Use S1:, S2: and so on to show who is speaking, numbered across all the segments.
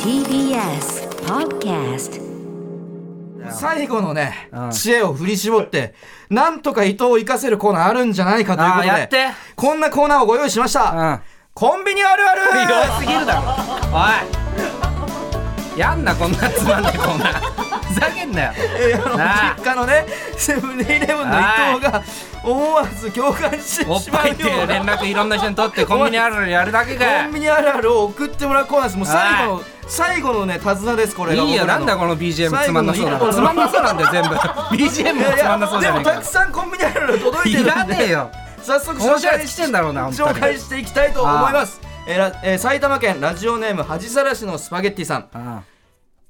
S1: TBS Podcast
S2: 最後のね、
S3: うん
S2: 知恵を振り絞って、なんとか伊藤を生かせるコーナーあるんじゃないかということで、
S3: あーやって
S2: こんなコーナーをご用意しました。
S3: うん
S2: コンビニあるある
S3: 広すぎるだろおいやんなこんなつまんないコーナーふざけんなよ
S2: えーあの
S3: なあ
S2: 実家のね、セブンイレブンの伊藤が思わず共感して
S3: おっ
S2: しま
S3: ぱ
S2: う
S3: い
S2: よ
S3: っていう
S2: うな
S3: 連絡いろんな人に取ってコンビニあるのやるだけ
S2: コ
S3: かよ
S2: ンビニあるあるを送ってもらうコーナーです。もう最後の、最後のね、手綱です、これが。
S3: いいよ
S2: 僕ら
S3: な
S2: の
S3: んだこの BGM つまんなそうな
S2: 最後の
S3: のつまんなそうなんだよ全部 BGM もつまんなそうじゃね
S2: いやいや
S3: え
S2: でも
S3: か
S2: たくさんコンビニあるある届いてる
S3: い
S2: んで
S3: らねえよ
S2: 早速
S3: 面
S2: 紹
S3: 白い
S2: 介
S3: やつ
S2: し
S3: 来てんだろうな本当
S2: 紹
S3: に
S2: 介していきたいと思いますえーらえー埼玉県ラジオネーム恥さらしのスパゲッティさん
S3: うん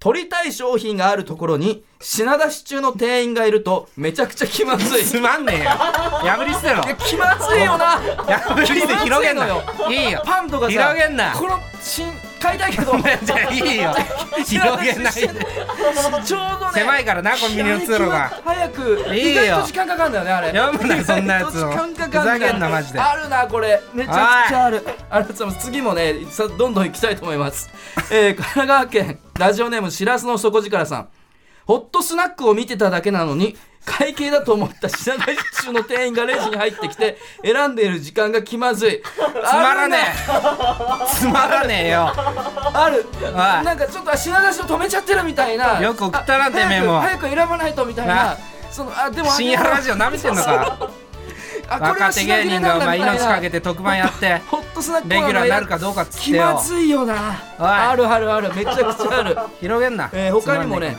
S2: 取りたい商品があるところに品出し中の店員がいるとめちゃくちゃ気まずい
S3: つまんねえよ破り捨てろ
S2: いや気まずいよな
S3: 破り捨て広げんなよいいよ
S2: パンとかさ
S3: 広げんな
S2: この新買いたいけど
S3: じゃあ いいよ 広げないで
S2: ちょうどね
S3: 狭いからなコンビニの通路が
S2: 早く
S3: いいよ
S2: 意外と時間かかるんだよねあれ
S3: 読むなそんなやつを
S2: 意外と時間かかる
S3: ふざけんなマジで
S2: あるなこれめちゃくちゃあるありがとうございます次もねさどんどん行きたいと思います、えー、神奈川県ラジオネームしらすの底力さんホットスナックを見てただけなのに会計だと思った品出し中の店員がレジに入ってきて選んでいる時間が気まずいつ
S3: つまらねえつまらねえよ
S2: ある
S3: おい
S2: なんかちょっと品出しを止めちゃってるみたいな
S3: よく送ったな
S2: あ
S3: てめえも
S2: 早く早く選ばないとみたい
S3: な
S2: な
S3: あ
S2: そのあでも
S3: 深夜ラジオ
S2: な
S3: 舐めてんのか
S2: あこれ
S3: 若
S2: は
S3: 手
S2: 品
S3: 芸
S2: 切れ
S3: 人
S2: な
S3: が
S2: ん
S3: お
S2: だ
S3: 前
S2: みたい
S3: 命
S2: な
S3: かけて特番やって
S2: ホットスナック
S3: レギュラーになる
S2: か
S3: かどうかっつって
S2: 気
S3: よ
S2: まずいよな
S3: おい
S2: あるあるあるめちゃくちゃあ る
S3: 広げんな、
S2: えー他にもね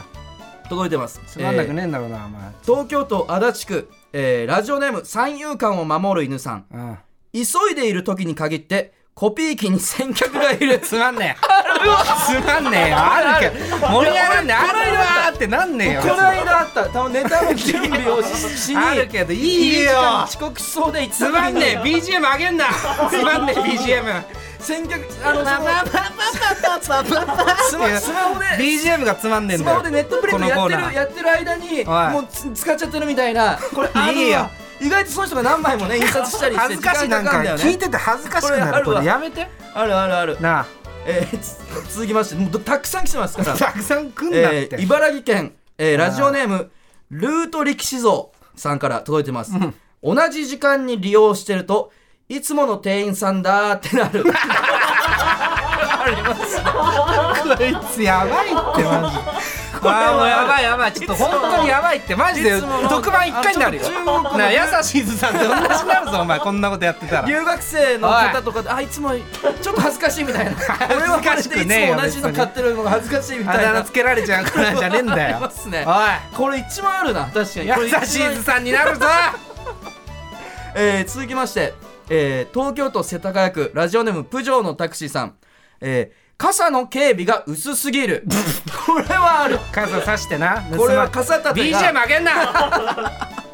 S2: 届いてます
S3: つまんなく
S2: えー
S3: ねえんだろうなお前
S2: 東京都足立区えーラジオネーム三遊間を守る犬さん
S3: うん
S2: 急いでいる時に限ってコピー機に先客がいる
S3: つまんねえつまんねえよあるけど盛り上がんねえあるわーってなんねえよ
S2: この間あった多分ネタの準備をししに
S3: あるけどいい
S2: 一
S3: よ
S2: 時間遅刻しそうでいつ
S3: つまんねえ BGM あげんなつまんねえ BGM
S2: 先客あの
S3: パ
S2: その
S3: パパパパパパパ
S2: スマスマホで
S3: BGM がつまんねえん
S2: ス
S3: だ
S2: マ
S3: よ
S2: ホでネットフリックスや
S3: こ
S2: っ
S3: のコ
S2: て
S3: ーナー
S2: るやってる間に
S3: はい
S2: もうつ使っちゃってるみたいなこれあるわ
S3: いいよ
S2: 意外とその人が何枚もね印刷したりして
S3: 恥ずかしい
S2: 時
S3: な
S2: 間
S3: ん
S2: か
S3: か
S2: かるんだ
S3: 聞
S2: よ
S3: い
S2: ね
S3: てて恥ずかしく
S2: これあ
S3: なる
S2: るわ
S3: これやめて
S2: あるあるある
S3: なあ
S2: えーつ続きましてもうどたくさん来てますから
S3: たくさん来ん なっ
S2: えー
S3: て
S2: 茨城県えーラジオネームルート力士像さんから届いてます同じ時間に利用してるといつもの店員さんだーってなるあります
S3: こいつやばいってマジでああもうやばいやばいちょっと本当にやばいってマジで
S2: いつもの
S3: 特番一回になるよ
S2: あちょっと中国の
S3: なあ優しいずさんと同じになるぞお前こんなことやってたら
S2: 留学生の方とかであいつもちょっと恥ずかしいみ たいな俺はこれ
S3: 恥ずかしくね
S2: で
S3: え
S2: いつ
S3: よ
S2: も同じの買ってるのが恥ずかしいみ
S3: あ
S2: たい
S3: だ
S2: な
S3: 名つけられちゃうからじゃねえんだ
S2: あり
S3: よ
S2: ますね
S3: お
S2: これ一番あるな確かにこれ
S3: い
S2: 一番
S3: 優しいずさんになるぞ
S2: えー続きまして、えー東京都世田谷区ラジオネームプジョーのタクシーさん、えー傘の警備が薄すぎ るこれはある
S3: 傘さしてな
S2: これは
S3: 盗ま
S2: 傘立てが
S3: BGM あげんな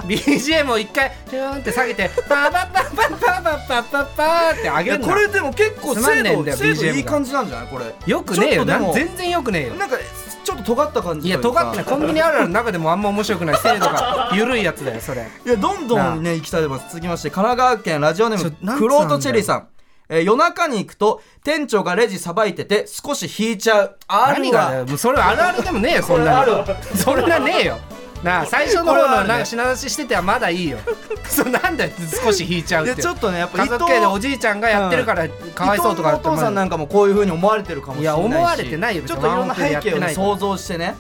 S3: BGM を一回ピューンって下げてパパパパパパパパパーってあ
S2: い
S3: げ
S2: や
S3: んな
S2: これでも結構
S3: つまん
S2: 精
S3: ねえんだ
S2: 度精
S3: よ
S2: 度
S3: BGM が
S2: いい感じなんじゃないこれ
S3: よくねえ
S2: ちょ
S3: よ
S2: っとで
S3: な
S2: も
S3: 全然よくねえよ
S2: なんかちょっと尖った感じ
S3: いや
S2: とうか
S3: 尖ってないコンビニあるあるの中でもあんま面白くない精度が 緩いやつだよそれ
S2: いやどんどんね行きたいと思います続きまして神奈川県ラジオネー
S3: ちょなんつう
S2: ムク
S3: ん
S2: ロートチェリーさんえー夜中に行くと店長がレジさばいてて少し引いちゃうあ
S3: 何
S2: る
S3: がだ
S2: わ
S3: よもうそれあるあるでもねえよそんなのそれはねえよ なあ最初の
S2: これ
S3: 方
S2: はあ
S3: の
S2: るね
S3: なんか品出ししててはまだいいよ そうなんだよ少し引いちゃうっ
S2: で
S3: て
S2: ちょっとねやっぱ
S3: 家
S2: 伊藤
S3: 族系でおじいちゃんがやってるからかわいそうとか
S2: 伊藤のお父さんなんかもこういう風に思われてるかもしれないし
S3: いや思われてないよ
S2: ちょっといろんな背景をね想像してね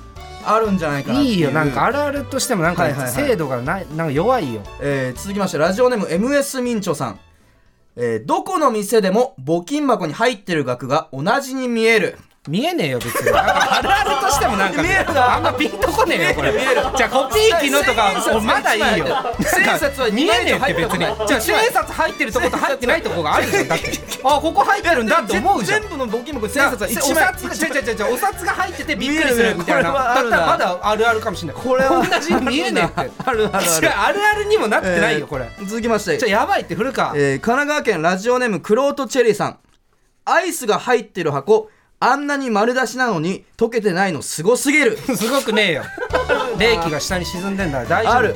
S2: あるんじゃないかなって
S3: い
S2: いう
S3: いよなんかあるあるとしてもなん
S2: はいはいは
S3: か
S2: い
S3: 精度がないなんか弱いよ
S2: えー続きましてラジオネーム MS 民調さん、えーどこの店でも募金箱に入ってる額が同じに見える
S3: 見えねえよ別になんかあるあるとしてもなんか
S2: 見えるな
S3: あんまピンとこねえよこれ
S2: 見える見え
S3: じゃあコピー機のとかはまだいいよ
S2: 千円札は
S3: 見
S2: 二枚
S3: えねえ
S2: 入
S3: っ
S2: って
S3: て
S2: る
S3: 別にじゃあ千円札入ってるとこと入ってないとこがあるじゃんだってあここ入ってるんだって思うじゃん
S2: 全部の募金箱に千円札は
S3: お
S2: 1枚
S3: 札が違う違う違うお札が入っててびっくりするみた
S2: 見える見えるこれ
S3: いな
S2: はあ
S3: だっ
S2: る
S3: た
S2: な
S3: らまだあるあるかもしれない
S2: これは
S3: 同じに見えねえって
S2: あるあるある
S3: 違うあるあるにもなってないよこれ
S2: えー続きまして
S3: じゃあやばいって古川
S2: えー神奈川県ラジオネームクロートチェリーさんアイスが入ってる箱あんなに丸出しなのに溶けてないのすごすぎ る
S3: すごくねえよ冷気が下に沈んでんだ大丈夫
S2: ある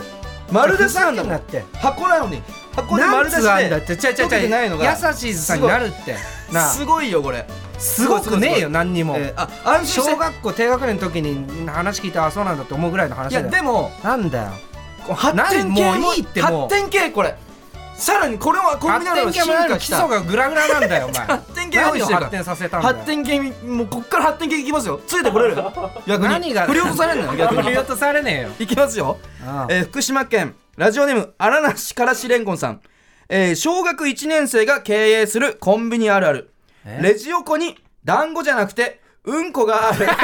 S2: 丸出しなんだも
S3: ふざけんなんって
S2: 箱なのに箱で丸出し
S3: 何つあん
S2: で
S3: だってちゃちゃちゃ
S2: 溶けてないのが
S3: 優しいさんになるってなあ
S2: すごいよこれ
S3: すごくねえよ何にも、
S2: えーあ安心して
S3: 小学校低学年の時に話聞いてあそうなんだって思うぐらいの話
S2: い
S3: だ
S2: や
S3: よ
S2: でも
S3: なんだよ
S2: こう発展系
S3: なんもういいってもう
S2: 発展系これさらにこれはコンビナルの
S3: 発展系
S2: 進
S3: もな
S2: 化
S3: いの
S2: 来
S3: 基
S2: た
S3: 礎がグラグラなんだよお前
S2: 発展系用意
S3: 何
S2: し
S3: を
S2: てるから
S3: 発展させたんだよ
S2: 発展系もうこっから発展系いきますよついてこ れる逆に
S3: 何が
S2: 振り落とされるのよ逆
S3: 振り
S2: に
S3: 落とされねえよ
S2: いきますよ
S3: ああ
S2: えー福島県ラジオネーム荒梨からしれんこんさん、えー小学1年生が経営するコンビニあるある
S3: え
S2: レジ横に団子じゃなくてうんこがあ るこれ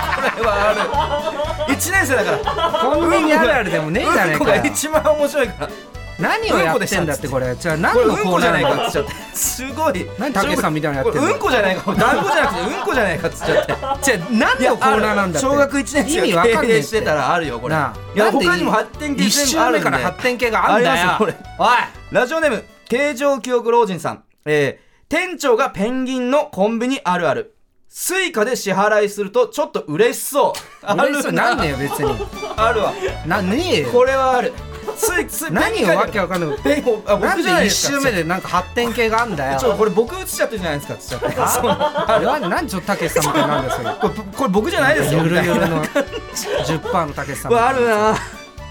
S2: はある1年生だから
S3: コンビニあるあるでもねえじゃね
S2: う
S3: え
S2: んこ
S3: か
S2: が
S3: よ
S2: 一番面白いから
S3: 何をやってんだってこれじゃあ
S2: これ
S3: 何の
S2: うん
S3: コ
S2: こ
S3: ー
S2: じゃ
S3: ナ
S2: ない
S3: ー
S2: かっつ
S3: か
S2: っちゃってすごい
S3: 何たけしさんみたいなのやってん
S2: こ
S3: の
S2: れうんこじゃないか団子じゃなくてうんこじゃないかっつっちゃって
S3: じゃあ何のコーナーなんだって
S2: 小学1年
S3: 意味
S2: 生
S3: わ
S2: が
S3: かんね
S2: 経
S3: え
S2: 営
S3: っ
S2: して
S3: て
S2: たらあるよこれ
S3: なあ
S2: いや他にも発展系
S3: 一
S2: 全部あ
S3: 周
S2: る
S3: 目
S2: ん
S3: から
S2: で
S3: 発展系があんだよ
S2: ありますよ
S3: おい
S2: ラジオネーム形状記憶老人さん、えー、店長がペンギンのコンビニあるあるスイカで支払いするとちょっと嬉しそうあ
S3: 嬉しそ
S2: る
S3: うなんだよ別に
S2: あるわ
S3: なねえよ
S2: これはあるスイスイ
S3: 何をわけわかんない
S2: ペンギンあ
S3: な
S2: 僕
S3: ん
S2: じゃないで
S3: で一
S2: す
S3: 周
S2: か
S3: 目でなんか発展系があんだよ
S2: ちょっとこれ僕映しちゃってるじゃないですかっつっちゃってそう
S3: あれはなんでちょっとたけしさんみたいなんですよ
S2: これこれ僕じゃないですよ
S3: ゆるゆ
S2: みた
S3: る
S2: いな
S3: の10%のたけしさん
S2: これあるな
S3: ね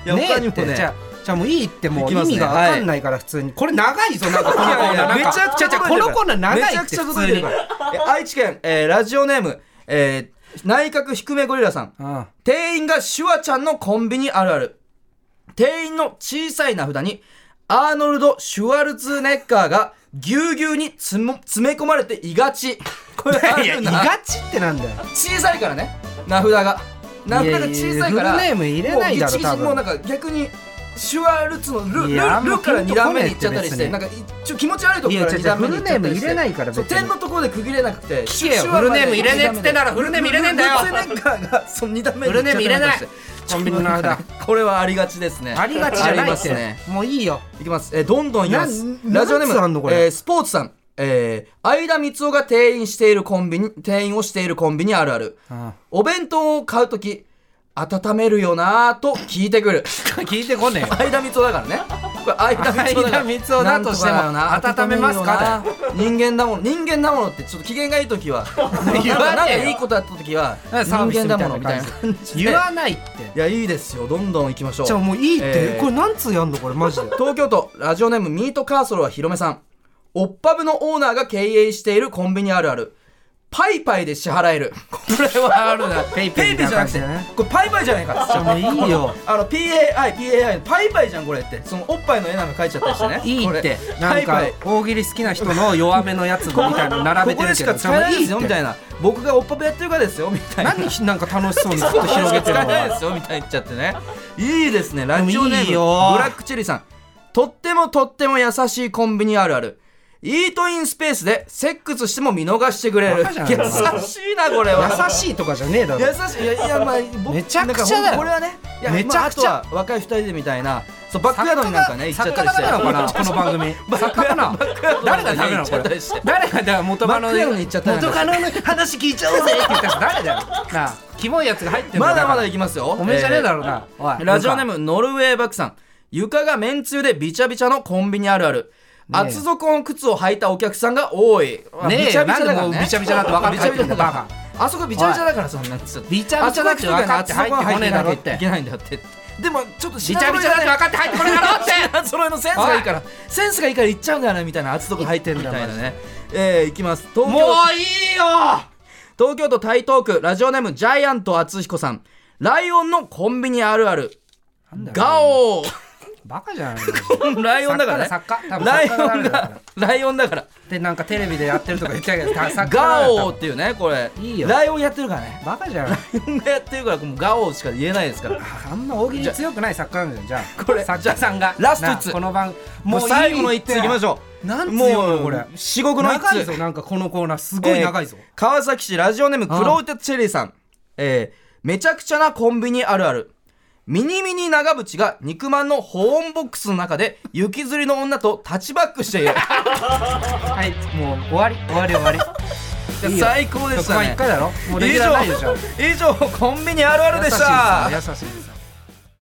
S2: いや他
S3: え
S2: に
S3: っ
S2: も
S3: て
S2: ね
S3: じゃあじゃあもういいっても
S2: いうき
S3: 意
S2: ますね
S3: 味がわかんないから普通にこれ長いぞなんかこのコー
S2: いやい
S3: ナー
S2: や
S3: なん
S2: め
S3: か
S2: ちゃくちゃ
S3: じゃあこのコーナー長いっ
S2: めち
S3: て
S2: ゃく
S3: 普
S2: ちゃ
S3: 通
S2: 届い
S3: に
S2: てるからえ愛知県、えーラジオネーム、えー内閣低めゴリラさん
S3: うん
S2: 店員がシュワちゃんのコンビニあるある店員の小さい名札にアーノルド・シュワルツェネッガーがぎゅうぎゅうにつも詰め込まれていがちこれあ
S3: いや
S2: る
S3: い
S2: な
S3: がちってなんだよ
S2: 小さいからね名札が名札が小さいから
S3: いやいやフルネーム入れない
S2: もうギチ
S3: だろ
S2: ギチ
S3: 多分
S2: もうなんか逆にシュワルツのル
S3: い
S2: ルル
S3: やあんま
S2: から2段目に行っちゃったり
S3: ピ
S2: し
S3: ン
S2: て
S3: と
S2: な
S3: こ
S2: んかいちょ気持ち悪いところから2
S3: いや違う
S2: 段目に行っちゃったりして
S3: フルネーム入れないから
S2: そう
S3: 別に
S2: 点のところで区切れなくて
S3: 聞けよ
S2: シュワまで
S3: フルネーム入れねえっつってんだろフルネーム入れねえんだよ
S2: シュワルツェネッガーがその2段目に行っちゃったり
S3: フルネーム入れない
S2: して
S3: コンビニの間
S2: これはありがちですね
S3: ありがちじゃ
S2: あり
S3: ない
S2: ま
S3: っ
S2: す
S3: て、
S2: ね
S3: もういいよ
S2: いきます。えーどんどんいきます
S3: な。
S2: ラジオネ
S3: 何つあん
S2: ー
S3: の
S2: ム
S3: こ、れ
S2: えースポーツさん、えー、相田光雄が店員しているコンビニ、店員をしているコンビニあるある。
S3: うん
S2: お弁当を買うとき、温めるよなぁと聞いてく る。
S3: 聞いてこねえよ
S2: 相田光雄だからね。これ相田光雄だから。
S3: 相田光雄だとしても
S2: なんかだよな
S3: 温めますか
S2: 温めるよな人間だもの、人間だものってちょっと機嫌がいいときは、
S3: 言
S2: なん
S3: わ
S2: か
S3: ねえよ
S2: いいことあったときは、
S3: なんかサービス
S2: 人
S3: み
S2: 間
S3: た
S2: だ
S3: いな
S2: ものみたいな感じで。
S3: 言わ
S2: い
S3: ないって
S2: や、いいですよ。どんどん行きましょう。
S3: じゃあもういいって
S2: えー
S3: これ何通やんのこれマジで
S2: 東京都ラジオネームミートカーソルはひろめさんオッパブのオーナーが経営しているコンビニあるあるパイパイで支払えるこれはある な
S3: ペイペイみたい
S2: じ
S3: な
S2: ゃな
S3: 感
S2: く
S3: じ
S2: て
S3: だね
S2: これパイパイじゃないか
S3: じゃあもういいよ
S2: あの PAI PAI パイパイじゃんこれってそのおっぱいの絵なんか描いちゃったりしてね
S3: いい
S2: こ
S3: っ
S2: れ
S3: てな
S2: パ
S3: ん
S2: イパ
S3: か
S2: イ
S3: 大喜利好きな人の弱めのやつみたいなの並べ
S2: こ
S3: て
S2: こで
S3: る
S2: し
S3: け
S2: か
S3: ど
S2: 使えないです
S3: じ
S2: よ
S3: ゃあもう
S2: みたいな僕がオッパブやってるからですよみたいな
S3: 何なんか楽しそうにずっと広げてる
S2: 使
S3: の
S2: えないですよみたいに言っちゃってねいいですねラジオネーム
S3: いいよ
S2: ブラックチェリーさんとってもとっても優しいコンビニあるあるイートインスペースでセックスしても見逃してくれる優
S3: バカじゃん
S2: しいなこれは
S3: 優しいとかじゃねえだ
S2: 優
S3: ろ
S2: しいいやいやまあ僕
S3: めちゃくちゃ
S2: なんかほん
S3: だよ
S2: とこれはねいや
S3: めちゃくちゃ
S2: まああとは若い二人でみたいなそうバックヤードになんかね行っちゃったりして
S3: 作家だから この番組作家かな誰がダメなのこれ誰がだから元カノ
S2: バックヤードに行っちゃったら
S3: 元カノの話聞いちゃおうぜって言った人誰だよなあキモいやつが入ってん
S2: まだまだ
S3: い
S2: 行きますよ
S3: おめえじゃねえだろうなおい
S2: ラジオネームノルウェーバクさん床がめんつゆでびちゃびちゃのコンビニあるある
S3: ねえ
S2: 厚底の靴を履いたお客さんが多い
S3: ねえ
S2: びちゃびちゃだから
S3: なんでも
S2: ね
S3: うびちゃびちゃだって分かって入ってくん
S2: び
S3: だ
S2: ちゃびちゃだからあそこびちゃびちゃだからそんな靴
S3: びちゃびちゃだって分かって入ってこねえだろ
S2: あそこの靴がね厚底の履いてなきゃ
S3: っ
S2: い
S3: て
S2: けないんだよってでもちょっと
S3: びちゃびちゃだって分かって入ってこねえだろって
S2: って揃いのセンスがいいからセンスがいいから行っちゃうんだよねみたいな厚底履いてるみたいなねえー、いきます東
S3: も
S2: 京
S3: ういいよ
S2: 東京都台東区ラジオネームジャイアント厚彦さんライオンのコンビニあるあるガ オー
S3: バカじゃない
S2: ライオンだからね
S3: 作家だ作家
S2: ライ
S3: 多分
S2: オン
S3: 作家だ
S2: がライオンだから
S3: でなんかテレビでやってるとか言ってたけど作家
S2: ガオー
S3: ー
S2: っていうねこれ
S3: いいよ
S2: ライオンやってるからね
S3: バカじゃない
S2: ライオンがやってるからもうガオーしか言えないですから
S3: あんま大喜利強くない作家なんだよじゃあ
S2: これ
S3: 作家さんが
S2: ラスト一つ
S3: なこの番
S2: もう最後の一ついきまし
S3: ょ
S2: ょう
S3: なんつ
S2: も
S3: よもうこ
S2: う
S3: れ
S2: 至極の一
S3: 長い
S2: つ
S3: ぞなんかこのコーナーすごい長いぞ、
S2: えー川崎市ラジオネームクローテチェリーさんえーめちゃくちゃなコンビニあるあるミニミニ長渕が肉まんの保温ボックスの中で雪吊りの女とタッチバック している
S3: はいもう終わり終わ り終わりいいよ
S2: 最高でし
S3: 特
S2: た
S3: 番
S2: ね
S3: 一回だろもうレ
S2: 以
S3: ギュラーないでしょ
S2: 上以上コンビニあるあるでし
S3: 優
S2: た
S3: しいですね優しいです